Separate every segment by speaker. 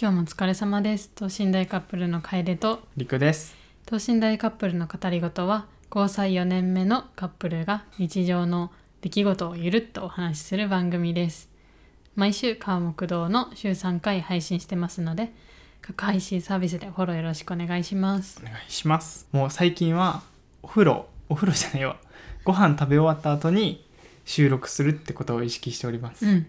Speaker 1: 今日もお疲れ様です等身大カップルの楓と
Speaker 2: りくです
Speaker 1: 等身大カップルの語りごとは交際4年目のカップルが日常の出来事をゆるっとお話しする番組です毎週川木堂の週3回配信してますので各配信サービスでフォローよろしくお願いします
Speaker 2: お願いしますもう最近はお風呂お風呂じゃないわ ご飯食べ終わった後に収録するってことを意識しております、
Speaker 1: うん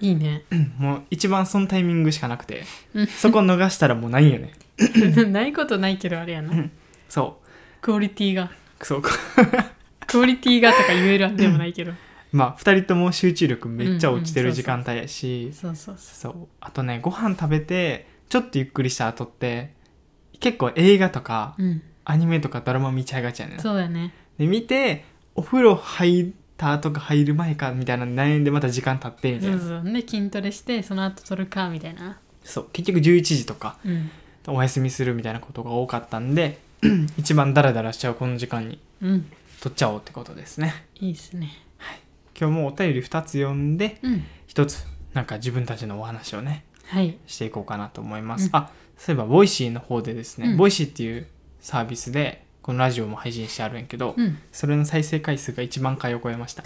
Speaker 1: いいね
Speaker 2: もう一番そのタイミングしかなくて
Speaker 1: うん
Speaker 2: そこ逃したらもうないよね
Speaker 1: ないことないけどあれやな、
Speaker 2: うんそ
Speaker 1: クオリティが
Speaker 2: うそう
Speaker 1: クオリティがとか言えるわけでもないけど
Speaker 2: まあ2人とも集中力めっちゃ落ちて
Speaker 1: うんう
Speaker 2: る
Speaker 1: ん
Speaker 2: 時間帯やし、
Speaker 1: そうそうそ
Speaker 2: そうあとねご飯食べてちょっとゆっくりした後って結構映画とか
Speaker 1: ううん
Speaker 2: アニメとかドラマ見ちゃいがちやねん
Speaker 1: そうだね
Speaker 2: で見てお風呂入ったとか入る前かみたいな悩んでまた時間経ってみたい
Speaker 1: そ
Speaker 2: な、
Speaker 1: うそうで筋トレしてその後撮るかみたいな
Speaker 2: そう結局11時とか
Speaker 1: うん
Speaker 2: お休みするみたいなことが多かったんで 一番ダラダラしちゃうこの時間に
Speaker 1: うん
Speaker 2: 撮っちゃおうってことですね
Speaker 1: いいですね
Speaker 2: 今日もお便り2つ読んで
Speaker 1: うん
Speaker 2: 1つなんか自分たちのお話をね
Speaker 1: はい
Speaker 2: していこうかなと思います、
Speaker 1: うん
Speaker 2: あそういえばボイシーの方でですね、
Speaker 1: うん
Speaker 2: ボイシーっていうサービスでこのラジオも配信してあるんやけど、
Speaker 1: うん
Speaker 2: それの再生回数が1万回を超えました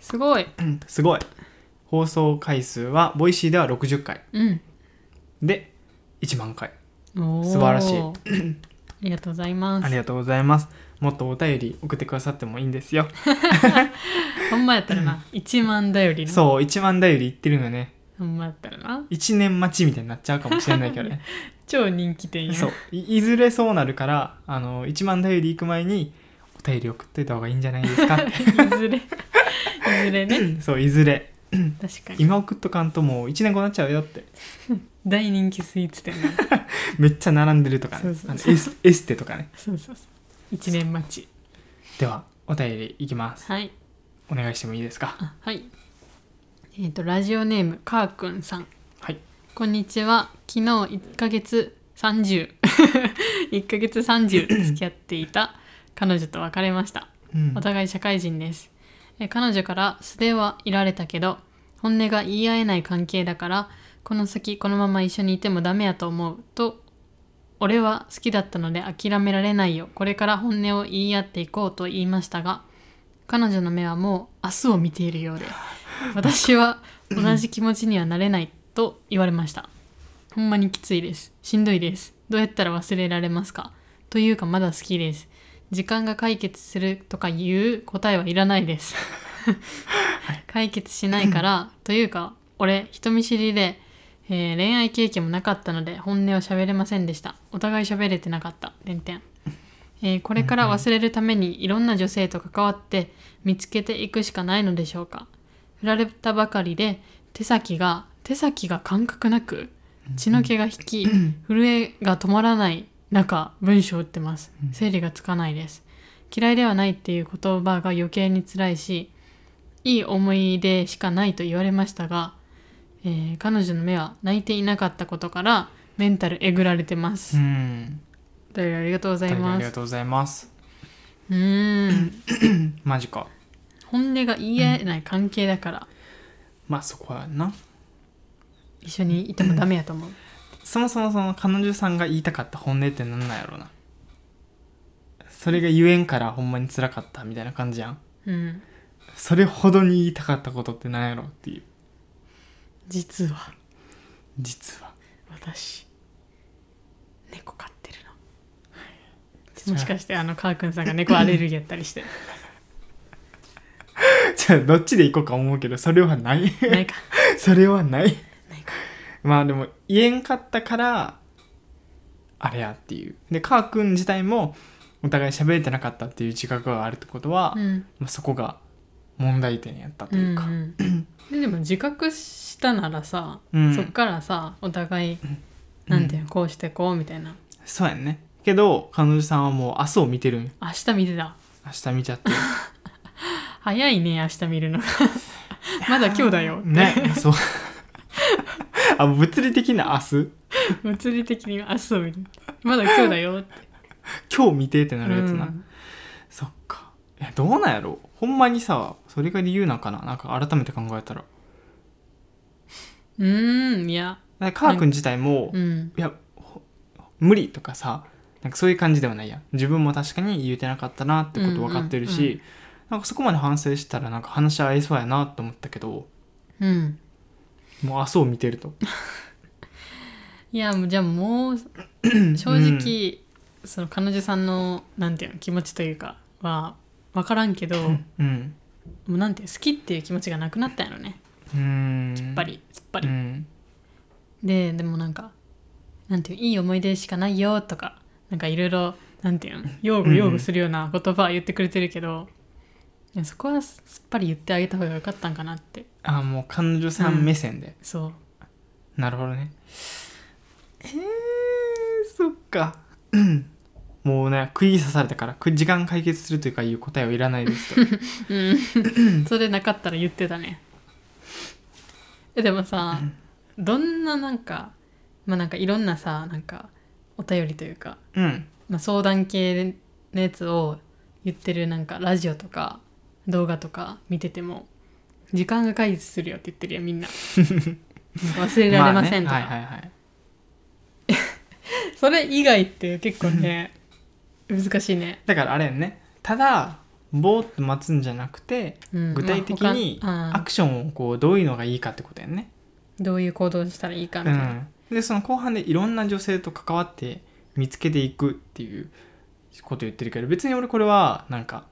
Speaker 1: すごい
Speaker 2: すごい放送回数はボイシーでは60回
Speaker 1: うん
Speaker 2: で1万回
Speaker 1: おー
Speaker 2: 素晴らしい
Speaker 1: ありがとうございま
Speaker 2: あり
Speaker 1: す
Speaker 2: がとうございますもっとお便り送ってくださってもいいんですよ
Speaker 1: ほんまやったらな1万だよりの
Speaker 2: そう1万便りいってるのね
Speaker 1: ほんまやったらな
Speaker 2: 1年待ちみたいになっちゃうかもしれない けどね
Speaker 1: 超人気店や
Speaker 2: そういいずれそうなるからあの1万便り行く前にお便り送っといた方がいいんじゃないですかって
Speaker 1: いずれ いずれね
Speaker 2: そういずれ
Speaker 1: 確かに
Speaker 2: 今送っとかんともう1年後になっちゃうよって
Speaker 1: 大人気スイーツ店な
Speaker 2: めっちゃ並んでるとか
Speaker 1: そ
Speaker 2: ね
Speaker 1: うそう
Speaker 2: あのエスエステとかね
Speaker 1: そうそうそう1年待ち
Speaker 2: ではお便りいきます
Speaker 1: はい
Speaker 2: お願いしてもいいですか
Speaker 1: あはいえっ、とラジオネームかーくんさん
Speaker 2: はい
Speaker 1: こんにちは昨日1ヶ月301 ヶ月30付き合っていた彼女と別れました
Speaker 2: うん
Speaker 1: お互い社会人ですえ彼女から素ではいられたけど本音が言い合えない関係だからこの先このまま一緒にいてもダメやと思うと俺は好きだったので諦められないよこれから本音を言い合っていこうと言いましたが彼女の目はもう明日を見ているようで私は同じ気持ちにはなれないと言われましたほんまにきついですしんどいですどうやったら忘れられますかというかまだ好きです時間が解決するとかいう答えはいらないです解決しないからというか俺人見知りで、えー恋愛経験もなかったので本音を喋れませんでしたお互い喋れてなかった点々、えーこれから忘れるためにいろんな女性と関わって見つけていくしかないのでしょうか振られたばかりで手先が手先が感覚なく血の気が引き震えが止まらない中文章を打ってます
Speaker 2: うん
Speaker 1: 整理がつかないです嫌いではないっていう言葉が余計に辛いしいい思い出しかないと言われましたが、えー彼女の目は泣いていなかったことからメンタルえぐられてます、
Speaker 2: うん
Speaker 1: お便りありがとうござい
Speaker 2: お便りあ
Speaker 1: ま
Speaker 2: りが
Speaker 1: す
Speaker 2: とうございます
Speaker 1: うーん
Speaker 2: マジか
Speaker 1: 本音が言い合えない関係だから
Speaker 2: まあそこはな
Speaker 1: 一緒にいてもダメやと思う
Speaker 2: そもそもその彼女さんが言いたかった本音ってなんなんやろうなそれが言えんからほんまに辛かったみたいな感じやん
Speaker 1: うん
Speaker 2: それほどに言いたかったことってなんやろうっていう
Speaker 1: 実は
Speaker 2: 実は
Speaker 1: 私猫飼ってるのもしかしてあの川くんさんが猫アレルギーやったりして
Speaker 2: じゃあどっちで行こうか思うけどそれは ない
Speaker 1: ないか
Speaker 2: それはない
Speaker 1: ないか
Speaker 2: まあでも言えんかったからあれやっていうでカー君自体もお互い喋れてなかったっていう自覚があるってことは、
Speaker 1: うん
Speaker 2: まあ、そこが問題点やったと
Speaker 1: う
Speaker 2: いうんか、
Speaker 1: うん、でも自覚したならさ、
Speaker 2: うん
Speaker 1: そっからさお互い
Speaker 2: うん
Speaker 1: なんていうのこうしてこうみたいな
Speaker 2: そうやんねけど彼女さんはもう明日を見てるんよ
Speaker 1: 明日見てた
Speaker 2: 明日見ちゃってる
Speaker 1: 早いね明日見るのが まだ今日だよって
Speaker 2: ね そうあ物理的な明日
Speaker 1: 物理的に明日を見るまだ今日だよって
Speaker 2: 今日見てってな
Speaker 1: な
Speaker 2: るやつな、
Speaker 1: うん、
Speaker 2: そっかいやどうなんやろほんまにさそれが理由なんかななんか改めて考えたら
Speaker 1: うーんいや
Speaker 2: らカー君自体も、
Speaker 1: うん
Speaker 2: いやほ無理とかさなんかそういう感じではないやん自分も確かに言うてなかったなってこと分かってるし、
Speaker 1: うんうんう
Speaker 2: なんかそこまで反省したらなんか話し合いそうやなと思ったけど
Speaker 1: うん
Speaker 2: もうあそう見てると
Speaker 1: いやもうじゃあも う正直、その彼女さんのなんていうの気持ちというかは分からんけど、も
Speaker 2: うん
Speaker 1: うなんていう好きっていう気持ちがなくなったんやろね
Speaker 2: うん
Speaker 1: やっぱりすっぱり、
Speaker 2: うん
Speaker 1: ででもなんかなんていういい思い出しかないよとかなんかいろいろなんていうの擁
Speaker 2: うん
Speaker 1: 護
Speaker 2: うん
Speaker 1: 擁護するような言葉は言ってくれてるけど、いやそこはすすっぱり言ってあげた方がよかったんかなって
Speaker 2: あもう彼女さん目線で、
Speaker 1: そう
Speaker 2: なるほどねえー、そっか うんもうね釘刺されたからく時間解決するというかいう答えはいらないです と
Speaker 1: それなかったら言ってたねえでもさどんななんかまあなんかいろんなさなんかお便りというか、
Speaker 2: うん
Speaker 1: まあ、相談系のやつを言ってるなんかラジオとか動画とか見てても時間が解決するよって言ってるよみんな忘れられませんと
Speaker 2: あ
Speaker 1: か、
Speaker 2: ねはいはいはい
Speaker 1: それ以外って結構ね難しいね、
Speaker 2: だからあれやんねただぼーっと待つんじゃなくて
Speaker 1: うん、
Speaker 2: 具体的に
Speaker 1: まあ他
Speaker 2: アクションをこうどういうのがいいかってことやんね、
Speaker 1: うんどういう行動したらいいかみ
Speaker 2: う
Speaker 1: たいな、
Speaker 2: ん、でその後半でいろんな女性と関わって見つけていくっていうこと言ってるけど別に俺これはなんか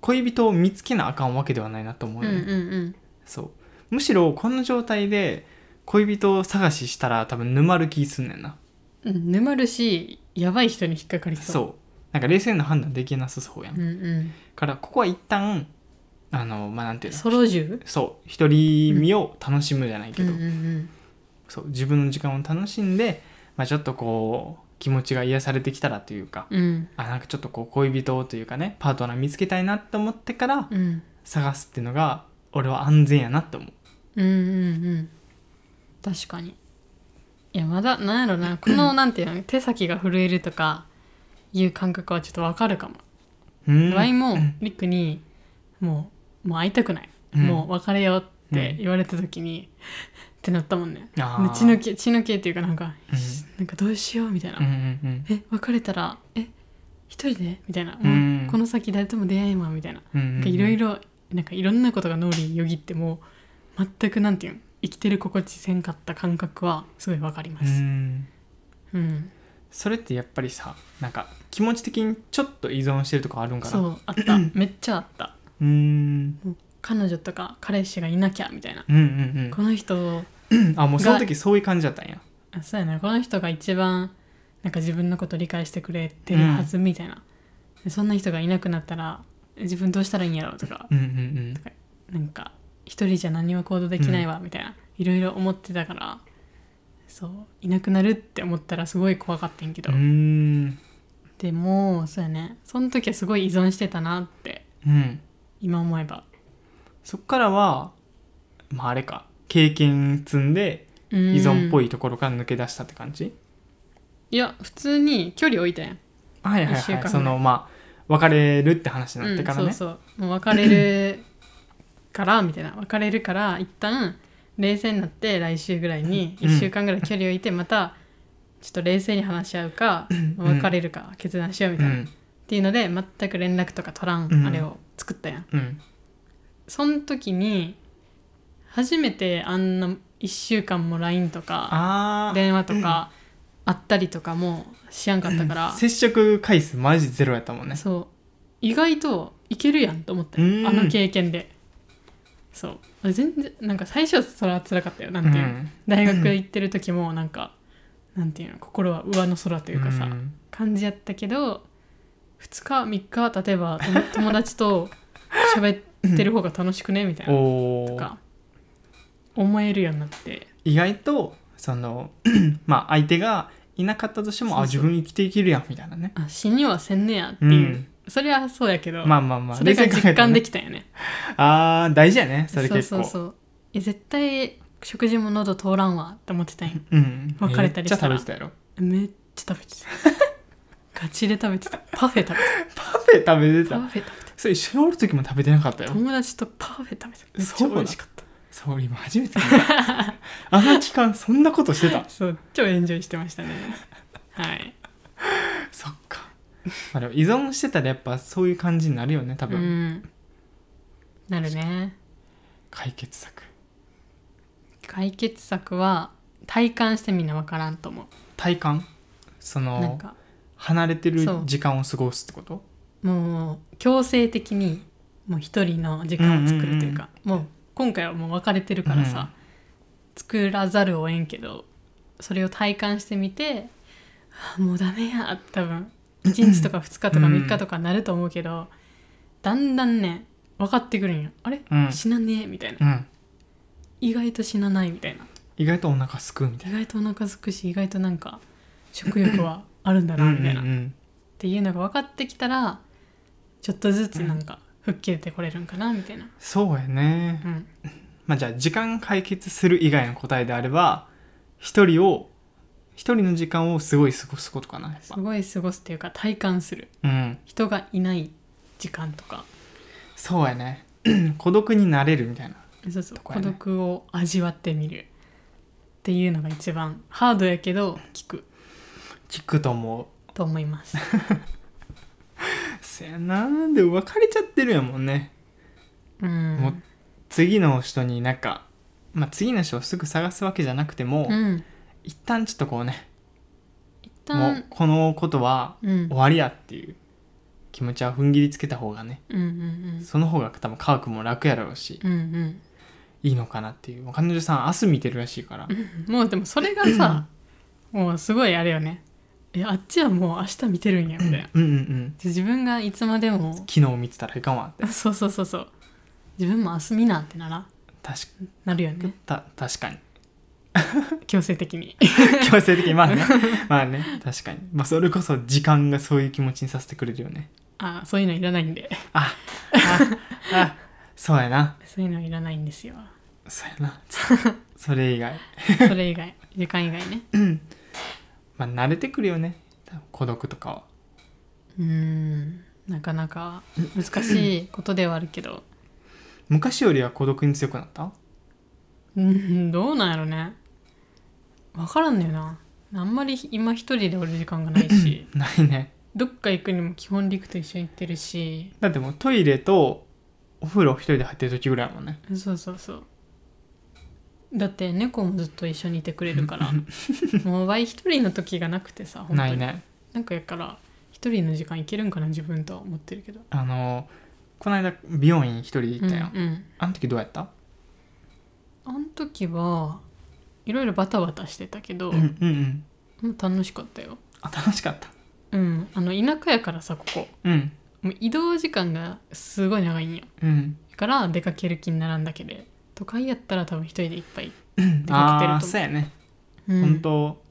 Speaker 2: 恋人を見つけなあかんわけではないなと思う
Speaker 1: うん
Speaker 2: よ
Speaker 1: うん
Speaker 2: ね、
Speaker 1: うん
Speaker 2: そうむしろこの状態で恋人を探ししたら多分沼る気すんねんな
Speaker 1: うん沼るしやばい人に引っかかりそう
Speaker 2: そうなんか冷静な判断できなさそうや
Speaker 1: う
Speaker 2: ん、
Speaker 1: んうん
Speaker 2: からここは一旦あのまあなんていうの
Speaker 1: ソロ銃
Speaker 2: そう一人身を楽しむじゃないけ
Speaker 1: うん
Speaker 2: ど、
Speaker 1: うんうん
Speaker 2: そう自分の時間を楽しんで、まあ、ちょっとこう気持ちが癒されてきたらというか
Speaker 1: うん
Speaker 2: あなんかちょっとこう恋人というかねパートナー見つけたいなって思ってから
Speaker 1: うん
Speaker 2: 探すっていうのが俺は安全やなって思う
Speaker 1: うんうんうん確かにいやまだなんやろなこのなんていうの手先が震えるとかいう感覚はちょっとわかるかも
Speaker 2: うん
Speaker 1: ワイもリックにもうもう会いたくない、
Speaker 2: うん
Speaker 1: もう別れようって言われた時に、ってなったもんねで
Speaker 2: あー
Speaker 1: 血の気血の気っていうかなんか、
Speaker 2: うん
Speaker 1: なんかどうしようみたいな、
Speaker 2: うんうん
Speaker 1: え別れたらえ一人でみたいな、
Speaker 2: うん
Speaker 1: もうこの先誰とも出会えんわみたいな
Speaker 2: うんう
Speaker 1: な
Speaker 2: ん
Speaker 1: んかいろいろなんかいろんなことが脳裏によぎっても全くなんていうん生きてる心地せんかった感覚はすごいわかりま
Speaker 2: う
Speaker 1: す。
Speaker 2: ん
Speaker 1: うん、
Speaker 2: それってやっぱりさなんか気持ち的にちょっと依存してるとかあるんかな
Speaker 1: そううあ っためっちゃあった
Speaker 2: ん
Speaker 1: 彼女とか彼氏がいなきゃみたいな、
Speaker 2: うんうん
Speaker 1: この人
Speaker 2: うんあもうその時そういう感じだったんや
Speaker 1: あそうやなこの人が一番なんか自分のこと理解してくれてるはずみたいな、でそんな人がいなくなったら自分どうしたらいいんやろうとか
Speaker 2: うんうん
Speaker 1: なんか一人じゃ何も行動できないわみたいな、いろいろ思ってたからそういなくなるって思ったらすごい怖かったんけど、
Speaker 2: うんうん
Speaker 1: でもそうやねその時はすごい依存してたなって
Speaker 2: うん
Speaker 1: 今思えば
Speaker 2: そっからはまああれか経験積んで
Speaker 1: 依
Speaker 2: 依存っぽいところから抜け出したって感じ、
Speaker 1: いや普通に距離置いたやん
Speaker 2: はいはい
Speaker 1: 一週間
Speaker 2: は
Speaker 1: ぐ
Speaker 2: い
Speaker 1: らい
Speaker 2: そのまあ別れるって話にな
Speaker 1: う
Speaker 2: っ
Speaker 1: ん
Speaker 2: てからね、
Speaker 1: そうそうもう別れるから みたいな別れるから一旦冷静になって来週ぐらいに
Speaker 2: うん
Speaker 1: 1週間ぐらい距離置いてまたちょっと冷静に話し合うか
Speaker 2: うん
Speaker 1: 別れるか決断しようみ
Speaker 2: う
Speaker 1: たいな、っ
Speaker 2: ん
Speaker 1: ていうので全く連絡とか取らん、
Speaker 2: うん
Speaker 1: あれを作ったやん
Speaker 2: うん
Speaker 1: その時に初めてあんな1週間も LINE とか
Speaker 2: あ
Speaker 1: 電話とかあったりとかもしやんかったか
Speaker 2: あ
Speaker 1: ら
Speaker 2: 接触回数マジゼロやったもんね
Speaker 1: そう意外といけるやんと思ったよ
Speaker 2: うん
Speaker 1: あの経験でそう俺全然なんか最初はそれは辛かったよなん
Speaker 2: う
Speaker 1: ていうの、
Speaker 2: ん
Speaker 1: 大学行ってる時もなんかなんていうの心は上の空というかさ、
Speaker 2: うん
Speaker 1: 感じやったけど2日3日例えばとも友達と喋ってる方が楽しくねみたいな
Speaker 2: お
Speaker 1: と
Speaker 2: ー
Speaker 1: か思えるようになって
Speaker 2: 意外とその まあ相手がいなかったとしてもあ
Speaker 1: そ
Speaker 2: 自
Speaker 1: うそう
Speaker 2: 分生きていけるやんみたいなね
Speaker 1: あ死にはせんねやっていう、
Speaker 2: うん
Speaker 1: それはそうやけど、
Speaker 2: まあまあまあ
Speaker 1: それが
Speaker 2: 冷静に考え
Speaker 1: 実
Speaker 2: たら
Speaker 1: 感
Speaker 2: ね
Speaker 1: できたよね
Speaker 2: ああ大事やね それ結構
Speaker 1: うそうそうえ絶対食事も喉通らんわって思って たんよ
Speaker 2: うん
Speaker 1: 別れたりしたら
Speaker 2: めっちゃ食べてたやろ
Speaker 1: めっちゃ食べてたガチで食べてたパフェ食べて
Speaker 2: パフェ食べて
Speaker 1: たパフ
Speaker 2: た
Speaker 1: ェ食べて
Speaker 2: それ一緒におる時も食べてなかった
Speaker 1: た
Speaker 2: よ
Speaker 1: 友達とパフェ食べてためっちゃ
Speaker 2: そうな
Speaker 1: 美味しかった
Speaker 2: そう今初めて聞いた あの期間そんなことしてた
Speaker 1: そう超エンジョイしてましたねはい
Speaker 2: そっか、まあ、でも依存してたらやっぱそういう感じになるよね多
Speaker 1: う
Speaker 2: 分、
Speaker 1: んなるね
Speaker 2: 解決策
Speaker 1: 解決策は体感してみんなわからんと思
Speaker 2: 体感そう
Speaker 1: なん
Speaker 2: の
Speaker 1: か
Speaker 2: 離れてる
Speaker 1: そう
Speaker 2: 時間を過ごすってこと
Speaker 1: もう強制的にもう一人の時間を作るというか、もう今回はもう別れてるからさ、作らざるをえんけどそれを体感してみてあもうダメやって多分1日とか2日とか
Speaker 2: うん
Speaker 1: 3日とかなると思うけど、だんだんね分かってくるんよあれ、
Speaker 2: うん
Speaker 1: 死なねえみたいな
Speaker 2: うん
Speaker 1: 意外と死なないみたいな
Speaker 2: 意外とお腹すくみたい
Speaker 1: 意外とお腹すくし意外となんか食欲はあるんだ
Speaker 2: な
Speaker 1: なみたいな、
Speaker 2: うんうんうん
Speaker 1: っていうのが分かってきたらちょっとずつなんか吹っ切れてこれるんかなみたいな、
Speaker 2: そうやね、
Speaker 1: うん、
Speaker 2: まあじゃあ時間解決する以外の答えであれば一人を一人の時間をすごい過ごすことかなやっ
Speaker 1: す
Speaker 2: ぱ
Speaker 1: ごい過ごすっていうか体感する
Speaker 2: うん
Speaker 1: 人がいない時間とか
Speaker 2: そうやね 孤独になれるみたいな
Speaker 1: そうそう、
Speaker 2: と
Speaker 1: 孤
Speaker 2: かやね
Speaker 1: 独を味わってみるっていうのが一番ハードやけど効く
Speaker 2: 聞くと思う
Speaker 1: と思います
Speaker 2: せやなでも別れちゃってるやもんね
Speaker 1: うん
Speaker 2: も次の人になんかまあ次の人をすぐ探すわけじゃなくても、
Speaker 1: うん
Speaker 2: 一旦ちょっとこうね
Speaker 1: 一
Speaker 2: もう
Speaker 1: 旦
Speaker 2: このことは
Speaker 1: うんうん
Speaker 2: 終わりやっていう気持ちは踏ん切りつけた方がね
Speaker 1: うんうん
Speaker 2: その方が多分科学も楽やろうし
Speaker 1: うんうん
Speaker 2: いいのかなっていう彼女さん明日見てるらしいから
Speaker 1: もうでもそれがさもうすごいあれよねえあっちはもう明日見てるんやみたいな
Speaker 2: うんうんうん
Speaker 1: 自分がいつまでも
Speaker 2: 昨日見てたらいかんわって
Speaker 1: そうそうそうそう自分も明日見なってなら
Speaker 2: 確か
Speaker 1: なるよね
Speaker 2: た確かに
Speaker 1: 強制的に
Speaker 2: 強制的にまあねまあね確かにまあそれこそ時間がそういう気持ちにさせてくれるよね
Speaker 1: あそういうのいらないんで
Speaker 2: あああそうやな
Speaker 1: そういうのいらないんです よ
Speaker 2: そうやなちょっとそれ以外
Speaker 1: それ以外時間以外ね
Speaker 2: まあ慣れてくるよね多分孤独とかは
Speaker 1: うーんなかなか難しいことではあるけど
Speaker 2: 昔よりは孤独に強くなった
Speaker 1: うんどうなんやろね分からんのよなあんまり今一人でおる時間がないし
Speaker 2: ないね
Speaker 1: どっか行くにも基本陸と一緒に行ってるし
Speaker 2: だってもうトイレとお風呂一人で入ってる時ぐらいやもんね
Speaker 1: そうそうそうだって猫もずっと一緒にいてくれる からもうワイ一人の時がなくてさ本当に
Speaker 2: ないね
Speaker 1: なんかやから一人の時間いけるんかな自分とは思ってるけど
Speaker 2: あのこの間美容院一人で行ったよ、
Speaker 1: うんうん
Speaker 2: あの時どうやった
Speaker 1: あの時はいろいろバタバタしてたけど、
Speaker 2: うんうん
Speaker 1: もう楽しかったよ
Speaker 2: あ楽しかった
Speaker 1: うんあの田舎やからさここ
Speaker 2: うん
Speaker 1: もう移動時間がすごい長いんよ
Speaker 2: うん
Speaker 1: だから出かける気にならんだけで都会やったら多分一人でいっぱい出かけて
Speaker 2: あ
Speaker 1: る
Speaker 2: あ
Speaker 1: と
Speaker 2: そうやね、
Speaker 1: 思う、うん
Speaker 2: 本当、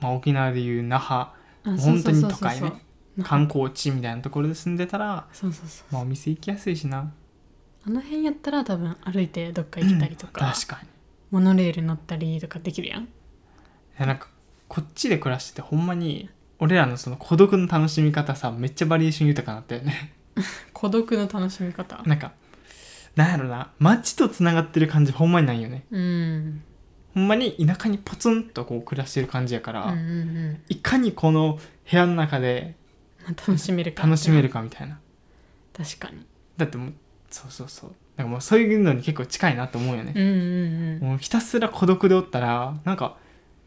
Speaker 2: まあ、沖縄でいう那覇
Speaker 1: あそうそうそうそう
Speaker 2: 本当に都会ね
Speaker 1: 那覇
Speaker 2: 観光地みたいなところで住んでたら、
Speaker 1: そうそうそう
Speaker 2: まあ、お店行きやすいしな
Speaker 1: あの辺やったら多分歩いてどっか行けたりとか,、
Speaker 2: 確かにい
Speaker 1: モノレール乗ったりとかできるやん
Speaker 2: やなんかこっちで暮らしててほんまに俺らのその孤独の楽しみ方さめっちゃバリエーション豊かになったよね
Speaker 1: 孤独の楽しみ方
Speaker 2: なんかなんやろな街とつながってる感じほんまにないよね
Speaker 1: うん
Speaker 2: ほんまに田舎にポツンとこう暮らしてる感じやから、
Speaker 1: うんうんうん
Speaker 2: いかにこの部屋の中で
Speaker 1: まあ楽しめるか
Speaker 2: 楽しめ
Speaker 1: る
Speaker 2: るかみたいな
Speaker 1: 確かに
Speaker 2: だってもうそうそうそうなんかもうそういうのに結構近いなと思うよね
Speaker 1: うん、うんうん
Speaker 2: もうひたすら孤独でおったらなんか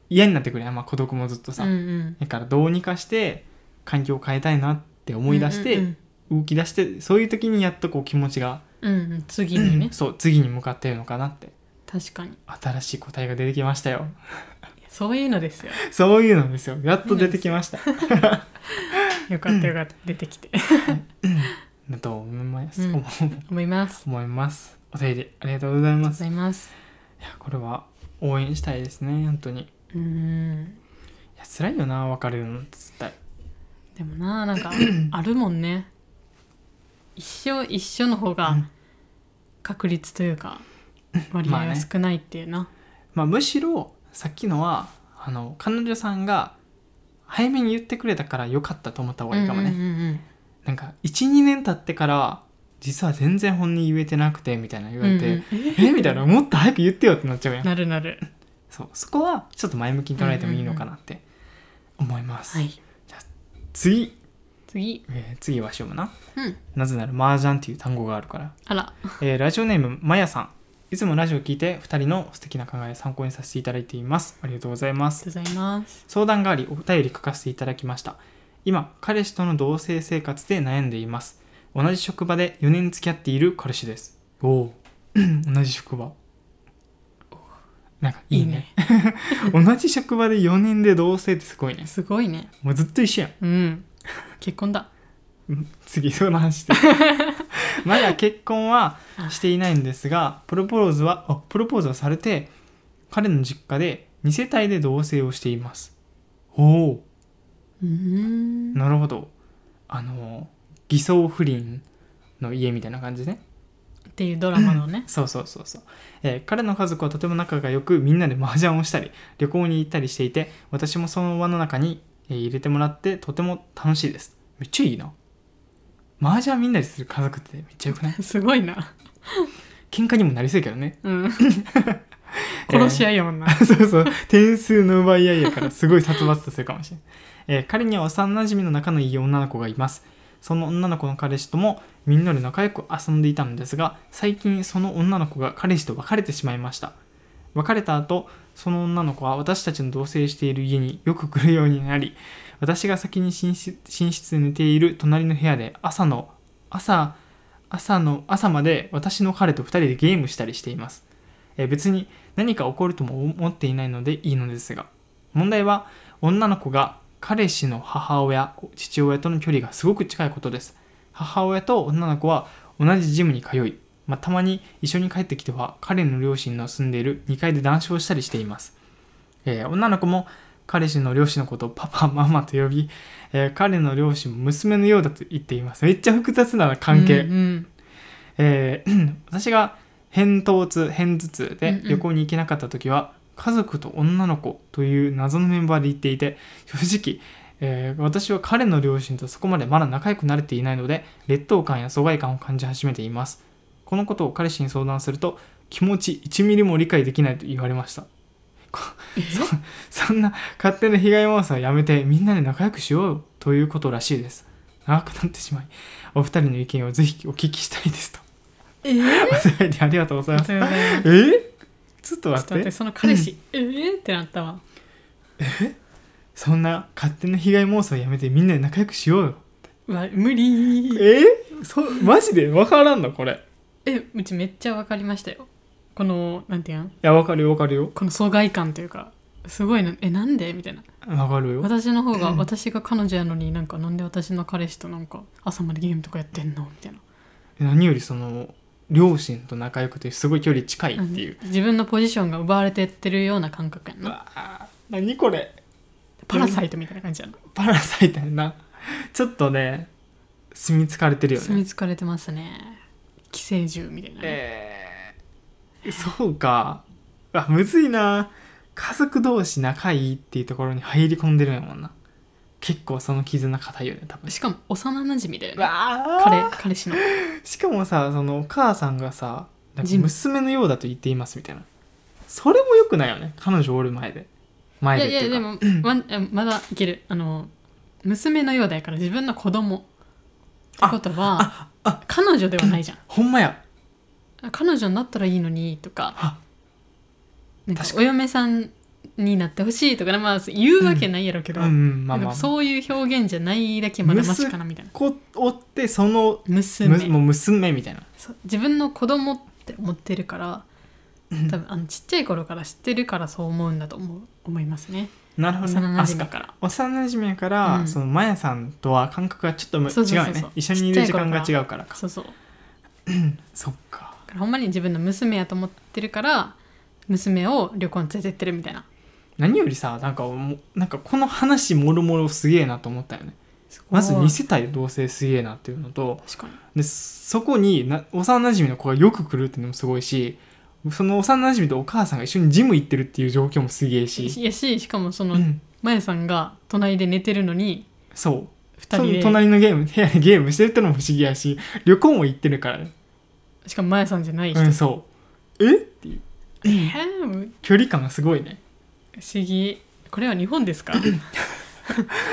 Speaker 2: 嫌になってくるやん、まあ、孤独もずっとさ、
Speaker 1: うんうん
Speaker 2: だからどうにかして環境を変えたいなって思い出して、
Speaker 1: うん
Speaker 2: 動き出してそういう時にやっとこう気持ちが、
Speaker 1: うんうん、うんうん次にね
Speaker 2: そう次に向かってるのかなって
Speaker 1: 確かに
Speaker 2: 新しい答えが出てきましたよ
Speaker 1: そういうのですよ
Speaker 2: そういうのですよやっと出てきました
Speaker 1: よかったよかった出てきて
Speaker 2: だと思います、
Speaker 1: うん
Speaker 2: 思
Speaker 1: 思います
Speaker 2: 思いますお手入れありがとうござい
Speaker 1: ありがとう
Speaker 2: ま
Speaker 1: ご
Speaker 2: す
Speaker 1: ざいます
Speaker 2: いやこれは応援したいですね本当にい
Speaker 1: うん
Speaker 2: や辛いよな別れるのって絶対
Speaker 1: でもな なんかあるもんね一生一緒の方
Speaker 2: う
Speaker 1: が
Speaker 2: ん
Speaker 1: 確率というか割合
Speaker 2: まあ
Speaker 1: が
Speaker 2: ね
Speaker 1: 少ないっていうな、
Speaker 2: まあむしろさっきのはあの彼女さんが早めに言ってくれたから良かったと思った方がいいかもね、
Speaker 1: うんうんうんうん
Speaker 2: なんか12年経ってから実は全然本音言えてなくてみたいな言われて、
Speaker 1: うんうん
Speaker 2: えみ たいなもっと早く言ってよってなっちゃうやん
Speaker 1: なるなる
Speaker 2: そうそこはちょっと前向きに捉えてもいいのかなって思います、
Speaker 1: はい
Speaker 2: 次、
Speaker 1: 次
Speaker 2: えー次はしような
Speaker 1: うん
Speaker 2: なぜなら麻雀っていう単語があるから、
Speaker 1: あら
Speaker 2: えーラジオネームまやさんいつもラジオを聞いて2人の素敵な考えを参考にさせていただいていますありがとうございま
Speaker 1: あ
Speaker 2: す
Speaker 1: りがとうございます
Speaker 2: 相談がありお便り書かせていただきました今彼氏との同棲生活で悩んでいます同じ職場で4年付き合っている彼氏ですおお 同じ職場なんかいいね 同じ職場で4年で同棲ってすごいね
Speaker 1: すごいね
Speaker 2: もうずっと一緒やん
Speaker 1: うん結婚だ
Speaker 2: 次その話して まだ結婚はしていないんですがプロポーズはあプロポーズはされて彼の実家で2世帯で同棲をしていますおお
Speaker 1: うーん
Speaker 2: なるほどあの偽装不倫の家みたいな感じね
Speaker 1: っていうドラマの ね
Speaker 2: そうそうそうそう、えー彼の家族はとても仲が良くみんなで麻雀をしたり旅行に行ったりしていて私もその輪の中に、えー入れてもらってとても楽しいですめっちゃいいな麻雀みんなでする家族ってめっちゃよくない
Speaker 1: すごいな
Speaker 2: 喧嘩にもなりそうやけどね
Speaker 1: うん 殺し合いやもんな、
Speaker 2: そうそう点数の奪い合いやからすごい殺伐とするかもしれ ない、えー彼には幼馴染の仲のいい女の子がいますその女の子の彼氏ともみんなで仲良く遊んでいたのですが最近その女の子が彼氏と別れてしまいました別れた後その女の子は私たちの同棲している家によく来るようになり私が先に寝室寝室で寝ている隣の部屋で朝の朝朝の朝まで私の彼と2人でゲームしたりしています、えー別に何か起こるとも思っていないのでいいのですが問題は女の子が彼氏の母親父親との距離がすごく近いことです母親と女の子は同じジムに通い、まあ、たまに一緒に帰ってきては彼の両親の住んでいる2階で談笑したりしています、えー女の子も彼氏の両親のことを パパママと呼び、えー彼の両親も娘のようだと言っていますめっちゃ複雑な関係、
Speaker 1: うんうん
Speaker 2: えー 私が偏頭痛偏頭痛
Speaker 1: うん
Speaker 2: で
Speaker 1: うん
Speaker 2: 旅行に行けなかった時は、家族と女の子という謎のメンバーで行っていて正直、えー私は彼の両親とそこまでまだ仲良くなれていないので劣等感や疎外感を感じ始めていますこのことを彼氏に相談すると気持ち1ミリも理解できないと言われましたこそそんな勝手な被害妄想はやめてみんなで仲良くしようよということらしいです長くなってしまいお二人の意見をぜひお聞きしたいですと
Speaker 1: え ー、
Speaker 2: お便りありがとうございます。
Speaker 1: ということで
Speaker 2: えーちょっと
Speaker 1: ちょっと
Speaker 2: 待
Speaker 1: 待
Speaker 2: っ
Speaker 1: って
Speaker 2: て。
Speaker 1: その彼氏、えー、ってなったわ
Speaker 2: そんな勝手な被害妄想やめてみんなで仲良くしようよ。
Speaker 1: うわ無理
Speaker 2: えー、そマジでわからんのこれ。い
Speaker 1: えうちめっちゃ分かりましたよこのなんていうん
Speaker 2: や、わかるよわかるよ。
Speaker 1: この疎外感というかすごいなえなんでみたいな
Speaker 2: わかるよ。
Speaker 1: 私の方が私が彼女やのになんかなんで私の彼氏となんか朝までゲームとかやってんのみたいな
Speaker 2: 何よりその、両親と仲良くてすごい距離近いっていう。
Speaker 1: 自分のポジションが奪われてってるような感覚やん
Speaker 2: う
Speaker 1: な
Speaker 2: わあ何これ
Speaker 1: パラサイトみたいな感じやな
Speaker 2: パラサイトやな。ちょっとね、住みつかれてるよ
Speaker 1: 住み
Speaker 2: ね。
Speaker 1: 着かれてますね寄生獣みたいなね、
Speaker 2: えー、そうか。あ、むずいな。家族同士仲いいっていうところに入り込んでるんやもんな。結構その絆硬いよね、多分。
Speaker 1: しかも幼馴染みだよね
Speaker 2: 彼
Speaker 1: 彼彼氏の
Speaker 2: しかもさそのお母さんがさなんか
Speaker 1: ジム
Speaker 2: 娘のようだと言っていますみたいなそれもよくないよね彼女おる前で前
Speaker 1: い
Speaker 2: で
Speaker 1: や
Speaker 2: って
Speaker 1: い
Speaker 2: いうか
Speaker 1: やでもままだいけるあの娘のようだから自分の子供ってことは彼女ではないじゃん
Speaker 2: ほんまや
Speaker 1: あ彼女になったらいいのにとか
Speaker 2: あ
Speaker 1: なんか
Speaker 2: 確
Speaker 1: お嫁さんになってほしいとか、まあ、言うわけないやろうけ
Speaker 2: う
Speaker 1: ど、
Speaker 2: んうんまあ
Speaker 1: なんか
Speaker 2: まあ
Speaker 1: そういう表現じゃないだけまだマシかなみたいな
Speaker 2: こおってその
Speaker 1: 娘
Speaker 2: むもう娘みたいな
Speaker 1: そう自分の子供って思ってるから多分あのちっちゃい頃から知ってるからそう思うんだと思う思いますね
Speaker 2: なるほどね
Speaker 1: 幼
Speaker 2: あ
Speaker 1: 馴
Speaker 2: そっ
Speaker 1: 染
Speaker 2: か
Speaker 1: から
Speaker 2: 幼馴染やから、
Speaker 1: うん
Speaker 2: そのマヤさんとは感覚がちょっと違うよね
Speaker 1: そうそうそうそう
Speaker 2: 一緒にいる時間が違うからか
Speaker 1: そうそう
Speaker 2: そっか
Speaker 1: だからほんまに自分の娘やと思ってるから娘を旅行に連れてってるみたいな
Speaker 2: 何よりさなんかもなんかこの話もろもろすげえなと思ったよね
Speaker 1: すごい
Speaker 2: まず2世帯同棲すげえなっていうのと
Speaker 1: 確かに
Speaker 2: でそこにな幼馴染の子がよく来るっていうのもすごいしその幼馴染とお母さんが一緒にジム行ってるっていう状況もすげえし、
Speaker 1: いやししかもそうの
Speaker 2: ん、
Speaker 1: まやさんが隣で寝てるのに
Speaker 2: そう
Speaker 1: 2人
Speaker 2: その
Speaker 1: で
Speaker 2: 隣のゲーム部屋でゲームしてるってのも不思議やし旅行も行ってるからね、
Speaker 1: しかもマヤさんじゃない人、
Speaker 2: うん、そうえっていう
Speaker 1: えー
Speaker 2: 距離感がすごいね
Speaker 1: 不思議これは日本ですか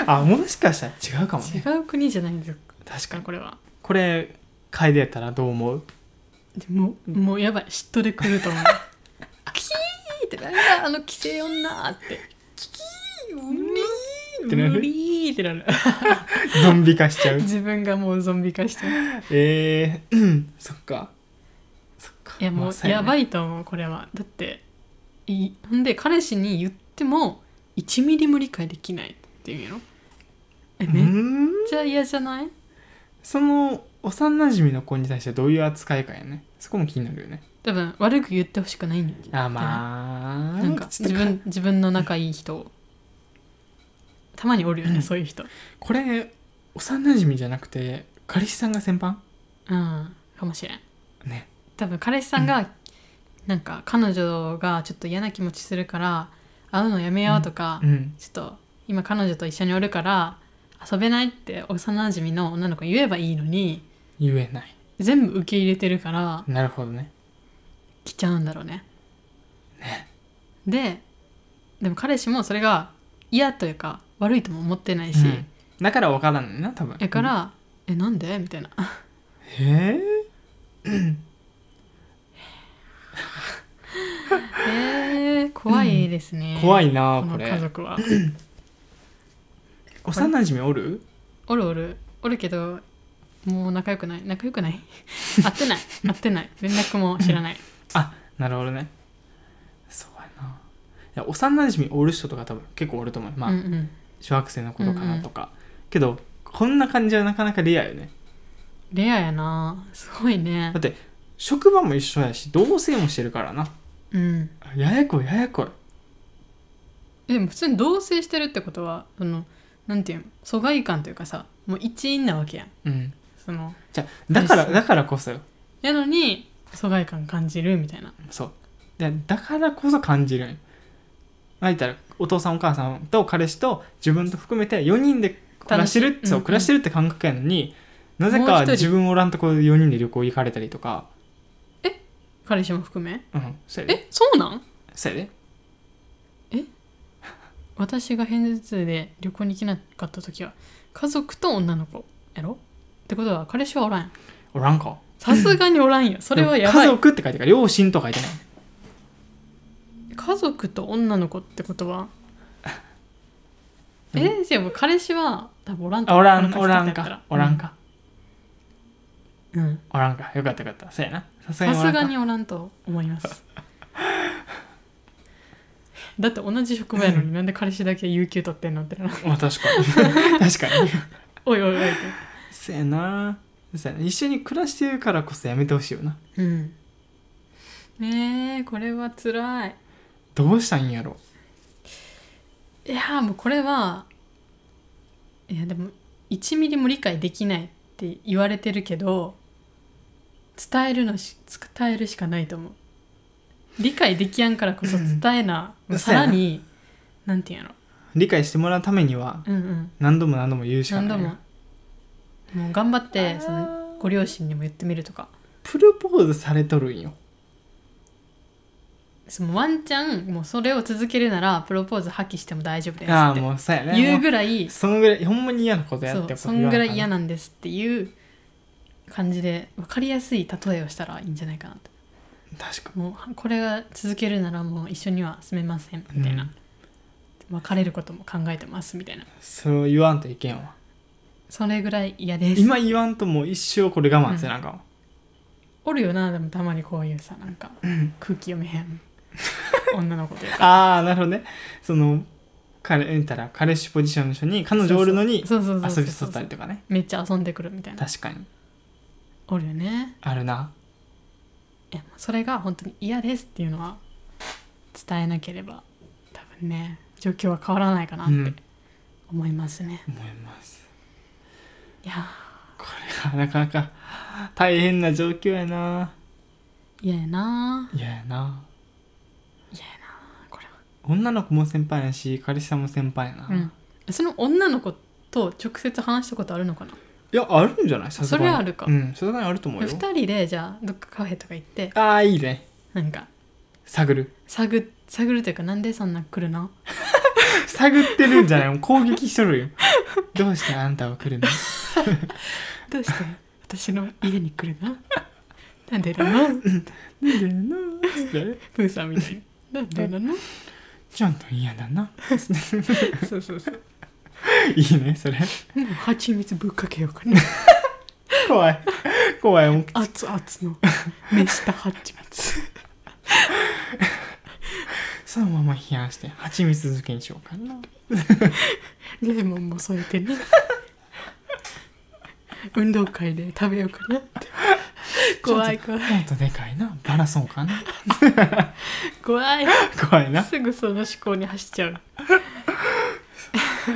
Speaker 2: あもしかしたら違うかもね
Speaker 1: 違う国じゃないんです
Speaker 2: 確か
Speaker 1: か
Speaker 2: に
Speaker 1: これは
Speaker 2: これ楓やったらどう思う
Speaker 1: でもうもうやばい嫉妬で来ると思 うキーってなんだあの規制女ってキー無理
Speaker 2: ってなる
Speaker 1: 無理ってなる
Speaker 2: ゾンビ化しちゃう
Speaker 1: 自分がもうゾンビ化してる
Speaker 2: えー、うんそっかそっか
Speaker 1: いやもうやば
Speaker 2: い
Speaker 1: いと思うこれはだっていほんで彼氏に言っても1ミリも理解できないっていうのえ
Speaker 2: う
Speaker 1: めっ
Speaker 2: ん
Speaker 1: ちゃ嫌じゃない
Speaker 2: その幼馴染の子に対してどういう扱いかやねそこも気になるよね
Speaker 1: 多分悪く言ってほしくないんだよ
Speaker 2: あまあ
Speaker 1: なんか
Speaker 2: ちょっ
Speaker 1: 自
Speaker 2: と
Speaker 1: 分自分の仲いい人をたまにおるよね、そういう人
Speaker 2: これ幼馴染じゃなくて彼氏さんが先輩
Speaker 1: うんかもしれん
Speaker 2: ね
Speaker 1: 多分彼氏さんが、なんか彼女がちょっと嫌な気持ちするから会うのやめようとか、
Speaker 2: うん
Speaker 1: ちょっと今彼女と一緒におるから遊べないって幼馴染の女の子に言えばいいのに
Speaker 2: 言えない
Speaker 1: 全部受け入れてるから
Speaker 2: なるほどね
Speaker 1: 来ちゃうんだろうねででも彼氏もそれが嫌というか悪いとも思ってないし、
Speaker 2: うんだから分からんねんな多分
Speaker 1: やから「えなんで?」みたいな
Speaker 2: へえ
Speaker 1: 「えー、怖いですね、
Speaker 2: 怖
Speaker 1: い
Speaker 2: いな
Speaker 1: こ
Speaker 2: こ
Speaker 1: の家
Speaker 2: れ
Speaker 1: 族は
Speaker 2: 幼馴染おる
Speaker 1: おるおるおるけどもう仲良くない仲良くない 会ってない会ってない連絡も知 らない
Speaker 2: なるほどねそうやないや幼馴染おる人とか多分結構おると思うまあ、
Speaker 1: うんうん
Speaker 2: 小学生の頃かなとか、けどこんな感じはなかなかレアよね
Speaker 1: レアやなすごいね
Speaker 2: だって職場も一緒やし同棲もしてるからな
Speaker 1: うん
Speaker 2: ややこいややこい
Speaker 1: でも普通に同棲してるってことはそのなんていうの疎外感というかさもう一員なわけやん
Speaker 2: うん
Speaker 1: その
Speaker 2: じゃあだから
Speaker 1: です
Speaker 2: だからこそよ
Speaker 1: やのに疎外感感じるみたいな
Speaker 2: そうでだからこそ感じるんよまあ言ったらお父さんお母さんと彼氏と自分と含めて4人で暮らしてる
Speaker 1: 楽しい
Speaker 2: そう、
Speaker 1: うん
Speaker 2: 暮らしてるって感覚やのになぜ
Speaker 1: もう
Speaker 2: か
Speaker 1: 一人
Speaker 2: 自分おらんとこ4人で旅行行かれたりとか
Speaker 1: 彼氏も含め
Speaker 2: うんそうやで
Speaker 1: えそうなん
Speaker 2: そうやで
Speaker 1: 私が偏頭痛で旅行に行けなかった時は家族と女の子やろってことは彼氏はおらん
Speaker 2: おらんか
Speaker 1: さすがにおらんよそれはやばい
Speaker 2: 家族って書いてるから両親と書いてない
Speaker 1: 家族と女の子ってこと は
Speaker 2: うん
Speaker 1: えでも彼氏は多分おらんと
Speaker 2: あ
Speaker 1: 思
Speaker 2: お
Speaker 1: う
Speaker 2: らん
Speaker 1: この
Speaker 2: おらん
Speaker 1: 書き方やった
Speaker 2: かおらんか、
Speaker 1: うんうん
Speaker 2: おらんかよかったよかったそうやなさす
Speaker 1: さすが
Speaker 2: おらんか
Speaker 1: におらんと思います だって同じ職場やのになんで彼氏だけ有給取ってんのってな
Speaker 2: まあ確かに 確かに
Speaker 1: おいおいおいっ
Speaker 2: そうやなそうやな一緒に暮らしてるからこそやめてほしいよな
Speaker 1: てうんねえこれは辛い
Speaker 2: どうしたんやろ
Speaker 1: いやーもうこれはいやでも1ミリも理解できないって言われてるけど伝えるのし伝えるしかないと思う理解できやんからこそ伝えな、
Speaker 2: うん
Speaker 1: さらになんていうんや
Speaker 2: 理解してもらうためには
Speaker 1: ろうんうん
Speaker 2: 何度も何度も言うしか
Speaker 1: 何
Speaker 2: な
Speaker 1: 度
Speaker 2: い
Speaker 1: ももう頑張ってその
Speaker 2: の
Speaker 1: ご両親にも言ってみるとか
Speaker 2: プロポーズされとるんよ
Speaker 1: そのワンチャンもうそれを続けるならプロポーズ破棄しても大丈夫です
Speaker 2: ああ
Speaker 1: って
Speaker 2: もうそうやね
Speaker 1: 言う
Speaker 2: も
Speaker 1: ぐらいう
Speaker 2: そんぐらいほんまに嫌なことや
Speaker 1: そ
Speaker 2: っ
Speaker 1: う
Speaker 2: て
Speaker 1: そんぐらい嫌
Speaker 2: な
Speaker 1: なんですっていう感じで分かりやすい例えをしたらいいんじゃないかなと
Speaker 2: 確か
Speaker 1: もうこれが続けるならもう一緒には住めません
Speaker 2: に
Speaker 1: みたいな、
Speaker 2: うん
Speaker 1: 別れることも考えてますみたいな
Speaker 2: それを言わんといけんわ
Speaker 1: それぐらい嫌です
Speaker 2: 今言わんともう一生これ我慢せなあかんわ、
Speaker 1: おるよなでもたまにこういうさなんか空気読めへ ん女の子というか
Speaker 2: ああなるほどねその彼言ったら彼氏ポジションの人に彼女おるのに
Speaker 1: そうそうそうそ
Speaker 2: 遊
Speaker 1: う
Speaker 2: び
Speaker 1: そう
Speaker 2: させたりとかね
Speaker 1: めっちゃ遊んでくるみたいな
Speaker 2: 確かに
Speaker 1: おるよね
Speaker 2: あるない
Speaker 1: やそれが本当に嫌ですっていうのは伝えなければ多分ね状況は変わらないかなっ
Speaker 2: うん
Speaker 1: て思いますね、
Speaker 2: 思います
Speaker 1: いや
Speaker 2: これがなかなか大変な状況やな
Speaker 1: 嫌やな
Speaker 2: 嫌やな
Speaker 1: これ
Speaker 2: 女の子も先輩やし彼氏さんも先輩やな、
Speaker 1: は、うん、その女の子と直接話したことあるのかない
Speaker 2: やあるんじゃないさすがに
Speaker 1: それはあるか
Speaker 2: うんさすがにあると思うよ
Speaker 1: 2人でじゃあどっかカフェとか行って
Speaker 2: ああいいね
Speaker 1: なんか
Speaker 2: 探る
Speaker 1: 探探るというかなんでそんな来るの
Speaker 2: 探ってるんじゃない もう攻撃しとるよどうしてあんたは来るの
Speaker 1: どうして 私の家に来るの なんでなの
Speaker 2: なんでやなつって
Speaker 1: プーさんみたいな。なんでなの
Speaker 2: ちゃんと嫌だな
Speaker 1: そうそう そう。
Speaker 2: いいねそれ
Speaker 1: もう蜂蜜ぶっかけようかな。
Speaker 2: 怖い怖いもう
Speaker 1: 熱々の熱した蜂蜜。
Speaker 2: そのまま冷やして蜂蜜漬けにしようかな
Speaker 1: レモンも添えて ね。運動会で食べようかなって。怖い怖い
Speaker 2: もっとでかいなバラそうかな
Speaker 1: 怖い。
Speaker 2: 怖いな
Speaker 1: すぐその思考に走っちゃう。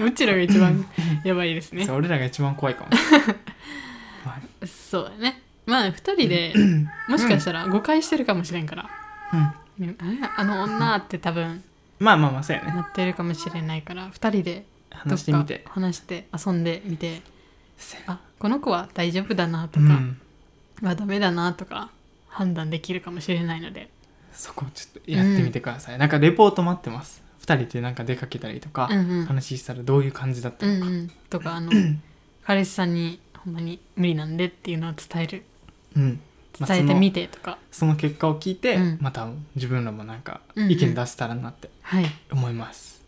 Speaker 1: うちらが一番やばいですね
Speaker 2: そ。う俺らが一番怖いかもま
Speaker 1: そうだね。まあ2人でもしかしたら誤解してるかもしれんから。
Speaker 2: あ、うん
Speaker 1: ねあれあの女って多分
Speaker 2: まあまあまあそうやね
Speaker 1: なってるかもしれないから2人でど
Speaker 2: 話
Speaker 1: っ
Speaker 2: してみて
Speaker 1: か話して遊んでみて
Speaker 2: せ
Speaker 1: あこの子は大丈夫だなと
Speaker 2: う
Speaker 1: か、
Speaker 2: ん
Speaker 1: はダメだなとか判断できるかもしれないので
Speaker 2: そこちょっとやってみてください、なんかレポート待ってます2人でなんか出かけたりとか、
Speaker 1: うんうん
Speaker 2: 話したらどういう感じだった
Speaker 1: うん
Speaker 2: のか、
Speaker 1: うんとかあの彼氏さんにほんまに無理なんでっていうのを伝える
Speaker 2: うんまあ
Speaker 1: 伝えてみてとか、
Speaker 2: そのその結果を聞いて、
Speaker 1: うん
Speaker 2: また自分らもなんか
Speaker 1: うんうん
Speaker 2: 意見出せたらなって
Speaker 1: はい
Speaker 2: 思います、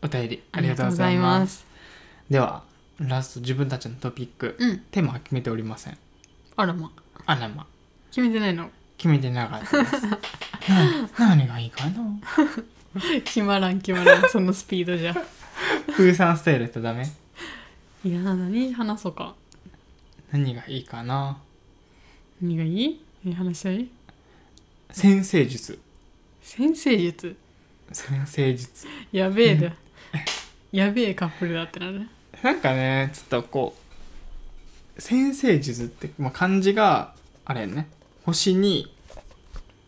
Speaker 2: お便りありがとうござ
Speaker 1: あ
Speaker 2: い
Speaker 1: りがとうござい
Speaker 2: ま
Speaker 1: ますす
Speaker 2: ではラスト自分たちのトピック、
Speaker 1: うん
Speaker 2: テーマは決めておりません
Speaker 1: あらま
Speaker 2: あらま
Speaker 1: 決めてないの
Speaker 2: 決めてなかったですな何がいいかな
Speaker 1: 決まらん決まらんそのスピードじゃ
Speaker 2: 風さんスタイルやったらダ メ
Speaker 1: いや何話そうか
Speaker 2: 何がいいかな
Speaker 1: 何がいい何話したい
Speaker 2: 先生術
Speaker 1: 先生術
Speaker 2: 先生術
Speaker 1: やべえだ。やべえカップルだってなる。
Speaker 2: なんかねちょっとこう先生術って、まあ、漢字があれやね星に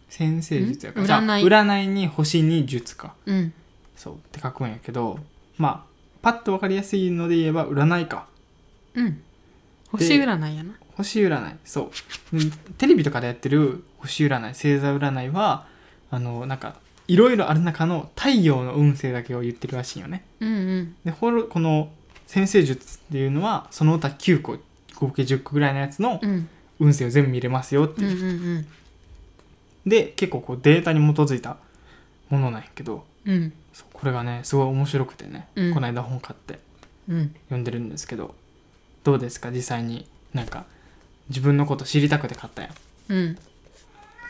Speaker 2: 先生術やから
Speaker 1: ん
Speaker 2: じゃあ
Speaker 1: 占い
Speaker 2: 占いに星に術か
Speaker 1: うん。
Speaker 2: そうって書くんやけどまあパッと分かりやすいので言えば占いか
Speaker 1: うん。星占いやな。
Speaker 2: 星占いそううんテレビとかでやってる星占い星座占いはあのなんかいろいろある中の太陽の運勢だけを言ってるらしいよね
Speaker 1: うんうん。
Speaker 2: でほろこの先生術っていうのはその他9個合計10個ぐらいのやつの
Speaker 1: うん。
Speaker 2: 運勢を全部見れますよって
Speaker 1: うん
Speaker 2: いう
Speaker 1: う、ん
Speaker 2: で結構こうデータに基づいたものなんやけど
Speaker 1: うん。うん。
Speaker 2: そうこれがねすごい面白くてね、
Speaker 1: うん
Speaker 2: この間本買って
Speaker 1: うん。
Speaker 2: 読んでるんですけどどうですか実際になんか自分のこと知りたくて買ったやん
Speaker 1: うん。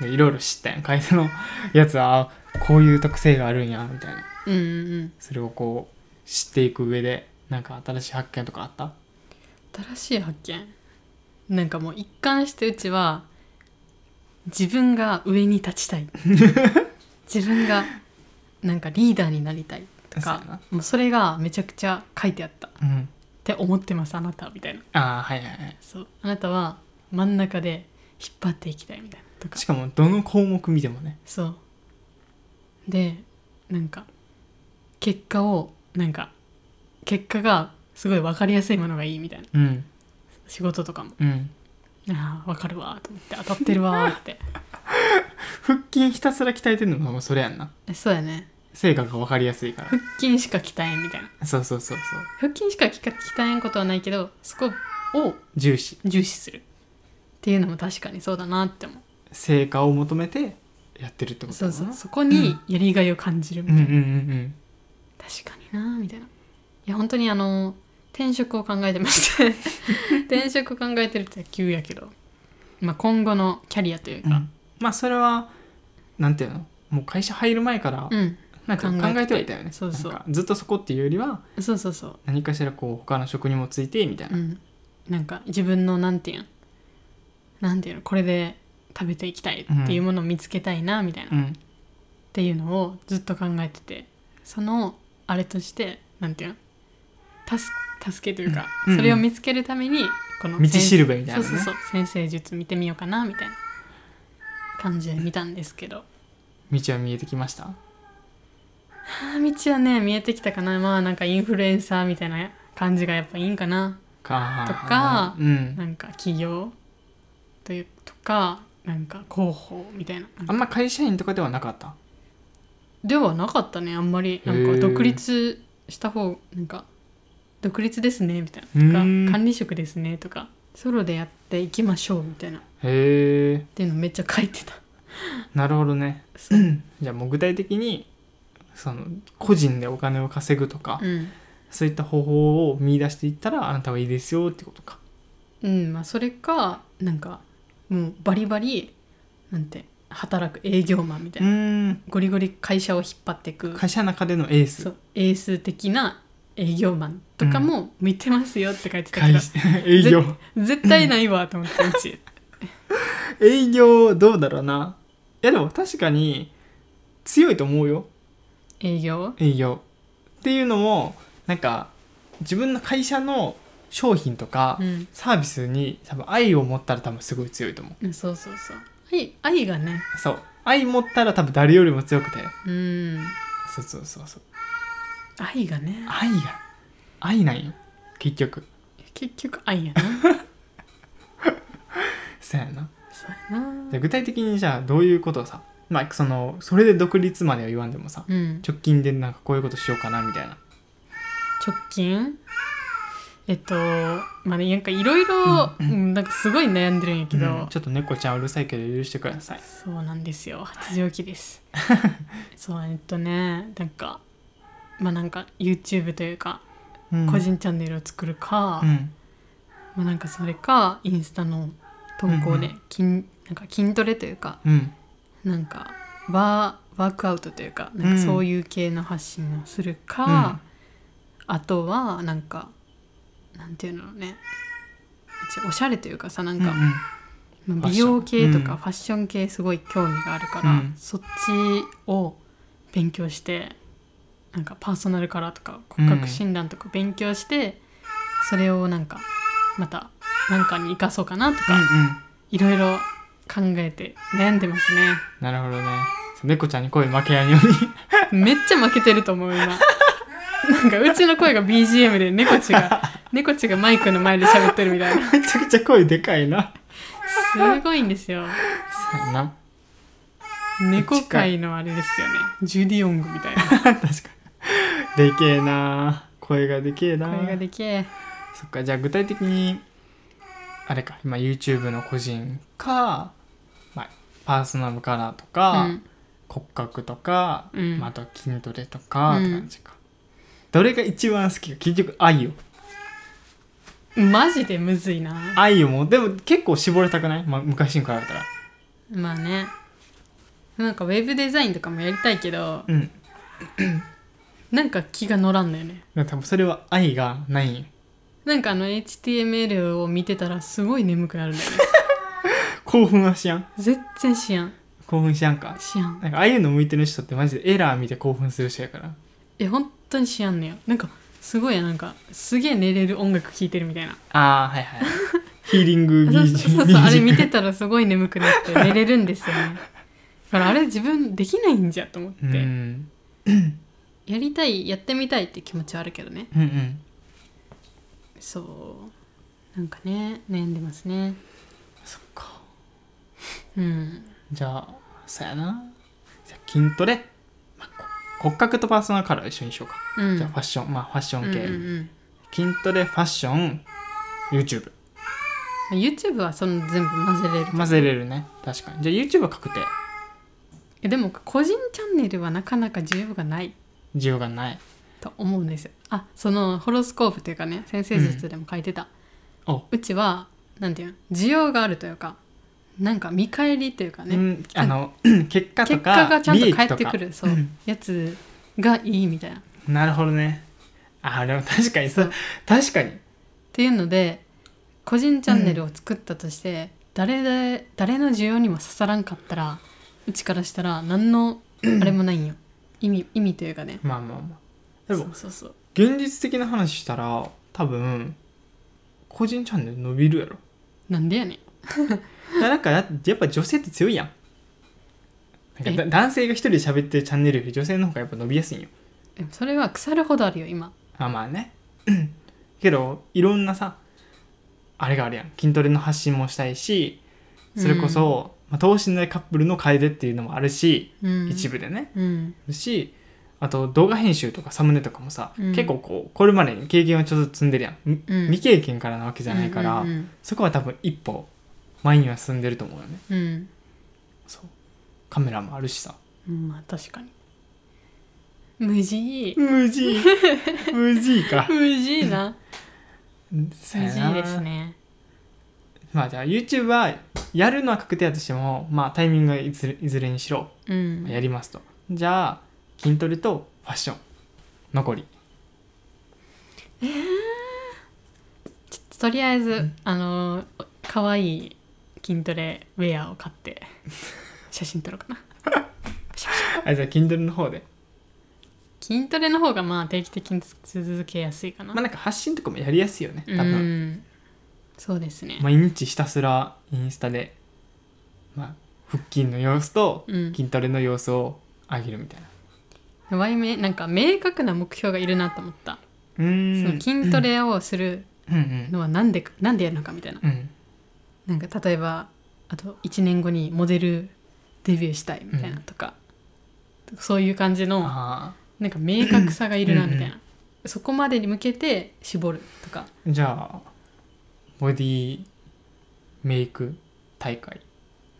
Speaker 2: でいろいろ知ったやん会社の やつはあこういう特性があるんやみたいな
Speaker 1: うんうんうん。
Speaker 2: それをこう知っていく上でなんか新しい発見とかあった
Speaker 1: 新しい発見。なんかもう一貫してうちは、自分が上に立ちたい。自分が、なんかリーダーになりたいと
Speaker 2: そうや
Speaker 1: か、もうそれがめちゃくちゃ書いてあった。っ
Speaker 2: なうん
Speaker 1: て思ってます、あなたはみたいな。
Speaker 2: ああはいはいはい
Speaker 1: そう。あなたは真ん中で引っ張っていきたいみたいな。とか
Speaker 2: し。かもどの項目見てもね
Speaker 1: そうでなんか結果をなんか結果がすごい分かりやすいものがいいみたいな
Speaker 2: うん
Speaker 1: 仕事とかも
Speaker 2: うん
Speaker 1: ああ分かるわと思って当たってるわーって
Speaker 2: 腹筋ひたすら鍛えてるのがもうそれやんな
Speaker 1: えそうやね
Speaker 2: 成果が分かりやすいか
Speaker 1: 腹筋しか鍛えんみたいな
Speaker 2: らそうそうそうそう
Speaker 1: 腹筋しかきか鍛えんことはないけどそこを
Speaker 2: 重視
Speaker 1: 重視するっていうのも確かにそうだなって思う
Speaker 2: 成果を求めてやってるってことだ
Speaker 1: そ
Speaker 2: な
Speaker 1: うそうそこにやりがいを感じるみ
Speaker 2: う
Speaker 1: たい
Speaker 2: ん
Speaker 1: な、
Speaker 2: うんうん
Speaker 1: 確かになみたいないや本当にあの転職を考えてまして 転職考えてるって急やけど、まあ、今後のキャリアという
Speaker 2: うん、う
Speaker 1: か、
Speaker 2: ん、まあそれはなんていうのもう会社入る前から、
Speaker 1: うん
Speaker 2: なんか
Speaker 1: 考えて
Speaker 2: 考えてはいたよね
Speaker 1: そうそう
Speaker 2: なんかずっとそこっていうよりは
Speaker 1: そうそうそう、
Speaker 2: 何かしらこう他の職にもついてみたいうな、
Speaker 1: ん、なんか自分のなんていうんなんていうのこれで食べていきたいっていうものを見つけたいなみたいな、
Speaker 2: う
Speaker 1: っ
Speaker 2: ん、
Speaker 1: ていうのをずっと考えててそのあれとしてなんていうの助助けというか、
Speaker 2: うんうん
Speaker 1: それを見つけるためにこの
Speaker 2: 道しるべみたいなね
Speaker 1: そうそうそう先生術見てみようかなみたいな感じで見たんですけど
Speaker 2: 道は見えてきました
Speaker 1: あー道はね見えてきたかなまあなんかインフルエンサーみたいな感じがやっぱいいんかな
Speaker 2: か
Speaker 1: とか
Speaker 2: うん、
Speaker 1: なんか企業というとかなんか広報みたいな
Speaker 2: あんま会社員とかではなかった
Speaker 1: ではなかったねあんまり
Speaker 2: へ
Speaker 1: な
Speaker 2: ー
Speaker 1: んか独立した方なんか独立ですねみたいうなとか
Speaker 2: ーん
Speaker 1: 管理職ですねとかソロでやっていきましょうみたいなっ
Speaker 2: へえ
Speaker 1: ていうのめっちゃ書いてた
Speaker 2: なるほどね
Speaker 1: そう
Speaker 2: じゃあもう具体的にその個人でお金を稼ぐとか、
Speaker 1: うん、
Speaker 2: そういった方法を見出していったらあなたはいいですよってことか
Speaker 1: うん、まあそれかなんかもうバリバリなんて働く営業マンみたいうな、
Speaker 2: ーん
Speaker 1: ゴリゴリ会社を引っ張っていく
Speaker 2: 会社の中でのエース
Speaker 1: そうエース的な営業マンとかも見てますよって書いてたけど
Speaker 2: 会、社営業
Speaker 1: 絶対ないわと思って うち
Speaker 2: 営業どうだろうないやでも確かに強いと思うよ
Speaker 1: 営業
Speaker 2: 営業っていうのもなんか自分の会社の商品とか、
Speaker 1: うん
Speaker 2: サービスに多分愛を持ったら多分すごい強いと思
Speaker 1: うんそうそうそう愛愛がね
Speaker 2: うそう愛持ったら多分誰よりも強くて
Speaker 1: うん
Speaker 2: そうそうそうそう
Speaker 1: 愛がね
Speaker 2: 愛が愛なんよ結局
Speaker 1: 結局愛やな
Speaker 2: そうやな
Speaker 1: そうやな
Speaker 2: じゃあ具体的にじゃあどういうことをさまあそのそれで独立までは言わんでもさ
Speaker 1: うん
Speaker 2: 直近でなんかこういうことしようかなみたいな
Speaker 1: 直近えっとまあねなんかいろいろうんなんかすごい悩んでるんやけど、
Speaker 2: うんちょっと猫ちゃんうるさいけど許してください
Speaker 1: そうなんですよ八時起きです そうえっとねなんかまあなんか YouTube というか個人チャンネルを作るか、
Speaker 2: うん
Speaker 1: まあなんかそれかインスタの投稿
Speaker 2: う
Speaker 1: で
Speaker 2: ん
Speaker 1: 筋,、なんか筋トレというか
Speaker 2: うん
Speaker 1: なんかワーワークアウトというかなんかそういう系の発信をするか、あとはなんかなんていうのねうちおしゃれというかさなん
Speaker 2: うんう
Speaker 1: か、
Speaker 2: ん
Speaker 1: まあ
Speaker 2: ファッ
Speaker 1: 美
Speaker 2: ション
Speaker 1: 容系と
Speaker 2: うん
Speaker 1: かファッション系すごい興味があるから、
Speaker 2: うん
Speaker 1: そっちを勉強してなんかパーソナルカラーとか骨格診断とか勉強して、それをなんかまたなんかに生かそうかなと
Speaker 2: う
Speaker 1: か、
Speaker 2: んうん
Speaker 1: いろいろ考えて悩んでますね。
Speaker 2: なるほどねそう猫ちゃんに声負けやんように
Speaker 1: めっちゃ負けてると思う今なんかうちの声が BGM で猫ちが猫ちがマイクの前で喋ってるみたいな
Speaker 2: めちゃくちゃ声でかいな
Speaker 1: すごいんですよ
Speaker 2: そうやな
Speaker 1: 猫界のあれですよねジュディ・オングみたいな
Speaker 2: 確かにでけえな声がでけえな
Speaker 1: 声がでけえ
Speaker 2: そっかじゃあ具体的にあれか今 YouTube の個人か、まあ、パーソナルカラーとか、
Speaker 1: うん
Speaker 2: 骨格とか、
Speaker 1: うん
Speaker 2: まあ、あと筋トレとか
Speaker 1: う
Speaker 2: っ
Speaker 1: ん
Speaker 2: て感じか、どれが一番好きか結局愛よ
Speaker 1: マジでむずいな
Speaker 2: 愛をもうでも結構絞れたくない、まあ、昔に比べたら
Speaker 1: まあねなんかウェブデザインとかもやりたいけど
Speaker 2: うん
Speaker 1: なんか気が乗らんのよね
Speaker 2: 多分それは愛がないんよ
Speaker 1: なんかあの HTML を見てたらすごい眠くなるんだよね
Speaker 2: 興奮はしやん
Speaker 1: 全然しやん
Speaker 2: 興奮しやんか
Speaker 1: しやん
Speaker 2: なんかああいうの向いてる人ってマジでエラー見て興奮する人やから
Speaker 1: え本当に知らんのよなんかすごいやなんかすげえ寝れる音楽聴いてるみたいな
Speaker 2: ああはいはい ヒーリング
Speaker 1: そうそうそう
Speaker 2: BGM
Speaker 1: あれ見てたらすごい眠くなって寝れるんですよねだからあれ自分できないんじゃと思って、
Speaker 2: うんうん
Speaker 1: やりたいやってみたいって気持ちはあるけどね
Speaker 2: うん
Speaker 1: そうなんかね悩んでますね
Speaker 2: そっか
Speaker 1: うん
Speaker 2: じゃあそやなじゃあ筋トレ、まあこ骨格とパーソナルカラー一緒にしようか、
Speaker 1: うん
Speaker 2: じゃあファッションまあファッション
Speaker 1: うん
Speaker 2: 系、
Speaker 1: うん
Speaker 2: 筋トレファッション YouTube
Speaker 1: うん、YouTube はその全部混ぜれる
Speaker 2: 混ぜれるね確かにじゃあ YouTube は確定
Speaker 1: えでも個人チャンネルはなかなか需要がない
Speaker 2: 需要がない
Speaker 1: と思うんですよあそのホロスコープというかね先生術でも書いてた、
Speaker 2: お
Speaker 1: うちはなんていうの需要があるというかなんか見返りというかね、
Speaker 2: うん あの結果と
Speaker 1: 結
Speaker 2: か
Speaker 1: 果がちゃんと返って
Speaker 2: 利益
Speaker 1: く
Speaker 2: か
Speaker 1: るそう、やつがいいみたいなっ
Speaker 2: なるほどねあーでも確かにさ確かに
Speaker 1: ていうので個人チャンネルを作ったとして、誰で誰の需要にも刺さらんかったらうちからしたら何のあれもないんよ意味意味というかね
Speaker 2: まあまあまあで
Speaker 1: そう
Speaker 2: も
Speaker 1: そうそう
Speaker 2: 現実的な話したら多分個人チャンネル伸びるやろ
Speaker 1: なんでやねん
Speaker 2: だなんかややっぱ女性って強いやんなんかだ
Speaker 1: え
Speaker 2: 男性が一人で喋ってるチャンネルより女性の方がやっぱ伸びやすいんよ
Speaker 1: でもそれは腐るほどあるよ今
Speaker 2: あまあねけどいろんなさあれがあるやん筋トレの発信もしたいしそれこそ、まあ、等身大カップルの楓っていうのもあるし、
Speaker 1: うん、
Speaker 2: 一部でね
Speaker 1: うん
Speaker 2: しあと動画編集とかサムネとかもさ、
Speaker 1: うん
Speaker 2: 結構こうこれまでに経験をちょっと積んでるやん、み
Speaker 1: うん
Speaker 2: 未経験からなわけじゃないから、
Speaker 1: うんうん
Speaker 2: そこは多分一歩前には進んでると思うよね
Speaker 1: うんうん
Speaker 2: そうカメラもあるしさ
Speaker 1: うんまあ確かに無事
Speaker 2: 無事 無事か
Speaker 1: 無事な
Speaker 2: そ
Speaker 1: 無
Speaker 2: やな
Speaker 1: 事ですね
Speaker 2: まあじゃあ YouTube はやるのは確定だとしてもまあタイミングはいずれいずれにしろ
Speaker 1: うん
Speaker 2: やりますとじゃあ筋トレとファッション残り
Speaker 1: とりあえず、あのー可愛い筋トレウェアを買って写真撮ろうかな
Speaker 2: あじゃあ筋トレの方で
Speaker 1: 筋トレの方がまあ定期的に続けやすいかな、
Speaker 2: まあなんか発信とかもやりやすいよね多
Speaker 1: う
Speaker 2: 分、
Speaker 1: んそうですね、
Speaker 2: 毎日ひたすらインスタで、まあ、腹筋の様子と
Speaker 1: うん
Speaker 2: 筋トレの様子を上げるみたいな
Speaker 1: ワイメなんか明確な目標がいるなと思った、
Speaker 2: うーん
Speaker 1: その筋トレをする
Speaker 2: うんうん
Speaker 1: のはなんでかなんでやるのかみたいな
Speaker 2: うん
Speaker 1: なんか例えばあと1年後にモデルデビューしたいみたいなとか、そういう感じの
Speaker 2: あ
Speaker 1: なんか明確さがいるなみたいな
Speaker 2: うん
Speaker 1: そこまでに向けて絞るとか
Speaker 2: ーじゃあボディメイク大会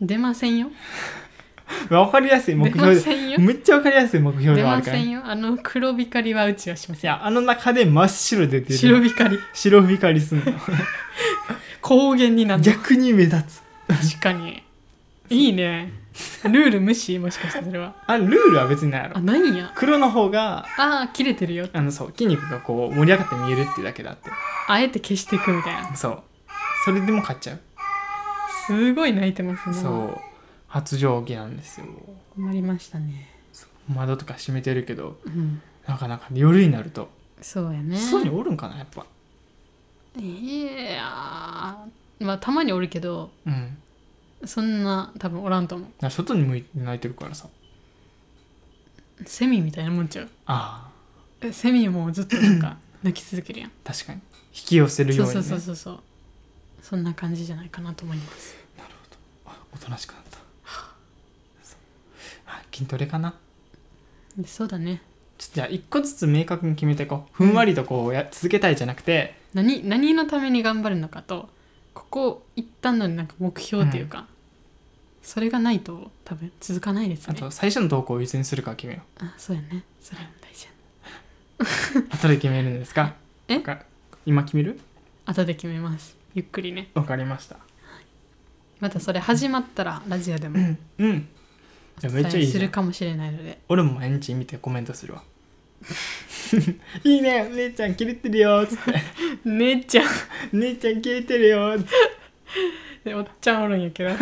Speaker 1: 出ませんよ
Speaker 2: わかりやすい目
Speaker 1: 出ま
Speaker 2: 標で
Speaker 1: せんよ
Speaker 2: めっちゃわかりやすい目標
Speaker 1: 出
Speaker 2: ではあ
Speaker 1: ま
Speaker 2: るから
Speaker 1: せ
Speaker 2: ね、
Speaker 1: んよあの黒光りはうちはしま
Speaker 2: い
Speaker 1: せん
Speaker 2: やあの中で真っ白で出て
Speaker 1: 白
Speaker 2: る
Speaker 1: 光り
Speaker 2: 白光りすん の
Speaker 1: 光源になった
Speaker 2: 逆に目立つ
Speaker 1: 確かにいいねルール無視もしかしてそれは
Speaker 2: あルールは別にないや
Speaker 1: あ
Speaker 2: ろ
Speaker 1: ないんや
Speaker 2: 黒の方が
Speaker 1: あー切れてるよ
Speaker 2: あのそう筋肉がこう盛り上がって見えるっていうだけだって
Speaker 1: あえて消していくみたいな
Speaker 2: そうそれでも買っちゃう
Speaker 1: すごい泣いてますね
Speaker 2: そう発情期なんですよ
Speaker 1: 困りましたね
Speaker 2: 窓とか閉めてるけど
Speaker 1: うん
Speaker 2: なかなか夜になると
Speaker 1: そうやね
Speaker 2: 外におるんかなやっぱ
Speaker 1: いやーまあたまにおるけど
Speaker 2: うん
Speaker 1: そんな多分おらんと思う
Speaker 2: だから外に向いて泣いてるからさ
Speaker 1: セミみたいなもんちゃう
Speaker 2: あ
Speaker 1: えセミもずっとなんか 泣き続けるやん
Speaker 2: あ確かに引き寄せるよ
Speaker 1: そうう
Speaker 2: に、ね、
Speaker 1: そうそうそうそうそんな感じじゃないかなと思います
Speaker 2: おとなしくなったそうあ筋トレかな
Speaker 1: でそうだね
Speaker 2: ちょっとじゃあ一個ずつ明確に決めていこうふんわりとこうや続けたいじゃなくて
Speaker 1: 何何のために頑張るのかとここ一旦のなんか目標っていうか、それがないと多分続かないです
Speaker 2: あ
Speaker 1: ね
Speaker 2: と最初の投稿を優先するか決めよ
Speaker 1: あそうやねそれも大事や
Speaker 2: う後で決めるんですか
Speaker 1: え
Speaker 2: わか今決める
Speaker 1: 後で決めますゆっくりね
Speaker 2: わかりました
Speaker 1: またそれ始まったらラジオでも
Speaker 2: うんいやめっちゃいい
Speaker 1: す
Speaker 2: じゃ
Speaker 1: る
Speaker 2: ん
Speaker 1: かもしれないので
Speaker 2: 俺も毎日見てコメントするわ いいね姉ちゃんキレてるよつって
Speaker 1: 姉ちゃん
Speaker 2: 姉ちゃんキレてるよつって
Speaker 1: でおっちゃんおるんや けどよ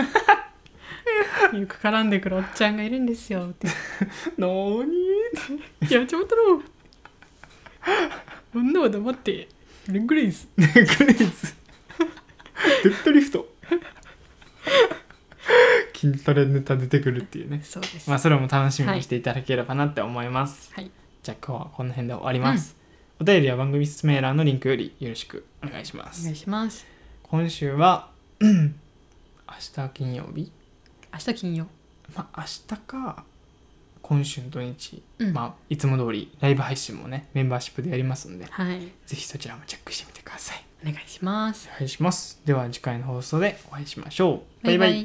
Speaker 1: く絡んでくるおっちゃんがいるんですよって
Speaker 2: のーに
Speaker 1: いやちょっとろう女は黙ってレッグレイス
Speaker 2: ーグレーズデッドリフト筋トレネタ出てくるっていうね
Speaker 1: そうです、
Speaker 2: まあそれも楽しみにしていただければなって思います、
Speaker 1: はい
Speaker 2: じゃあ今日はこの辺で終わります、お便りは番組説明欄のリンクよりよろしくお願いしま
Speaker 1: お
Speaker 2: す
Speaker 1: 願いします
Speaker 2: 今週は 明日金曜日
Speaker 1: 明日金曜
Speaker 2: まあ明日か今週の土日、
Speaker 1: うん
Speaker 2: まあいつも通りライブ配信もねメンバーシップでやりますので
Speaker 1: はい
Speaker 2: ぜひそちらもチェックしてみてください
Speaker 1: お願いします
Speaker 2: お願いしますでは次回の放送でお会いしましょう
Speaker 1: バイバイ
Speaker 2: バイバイ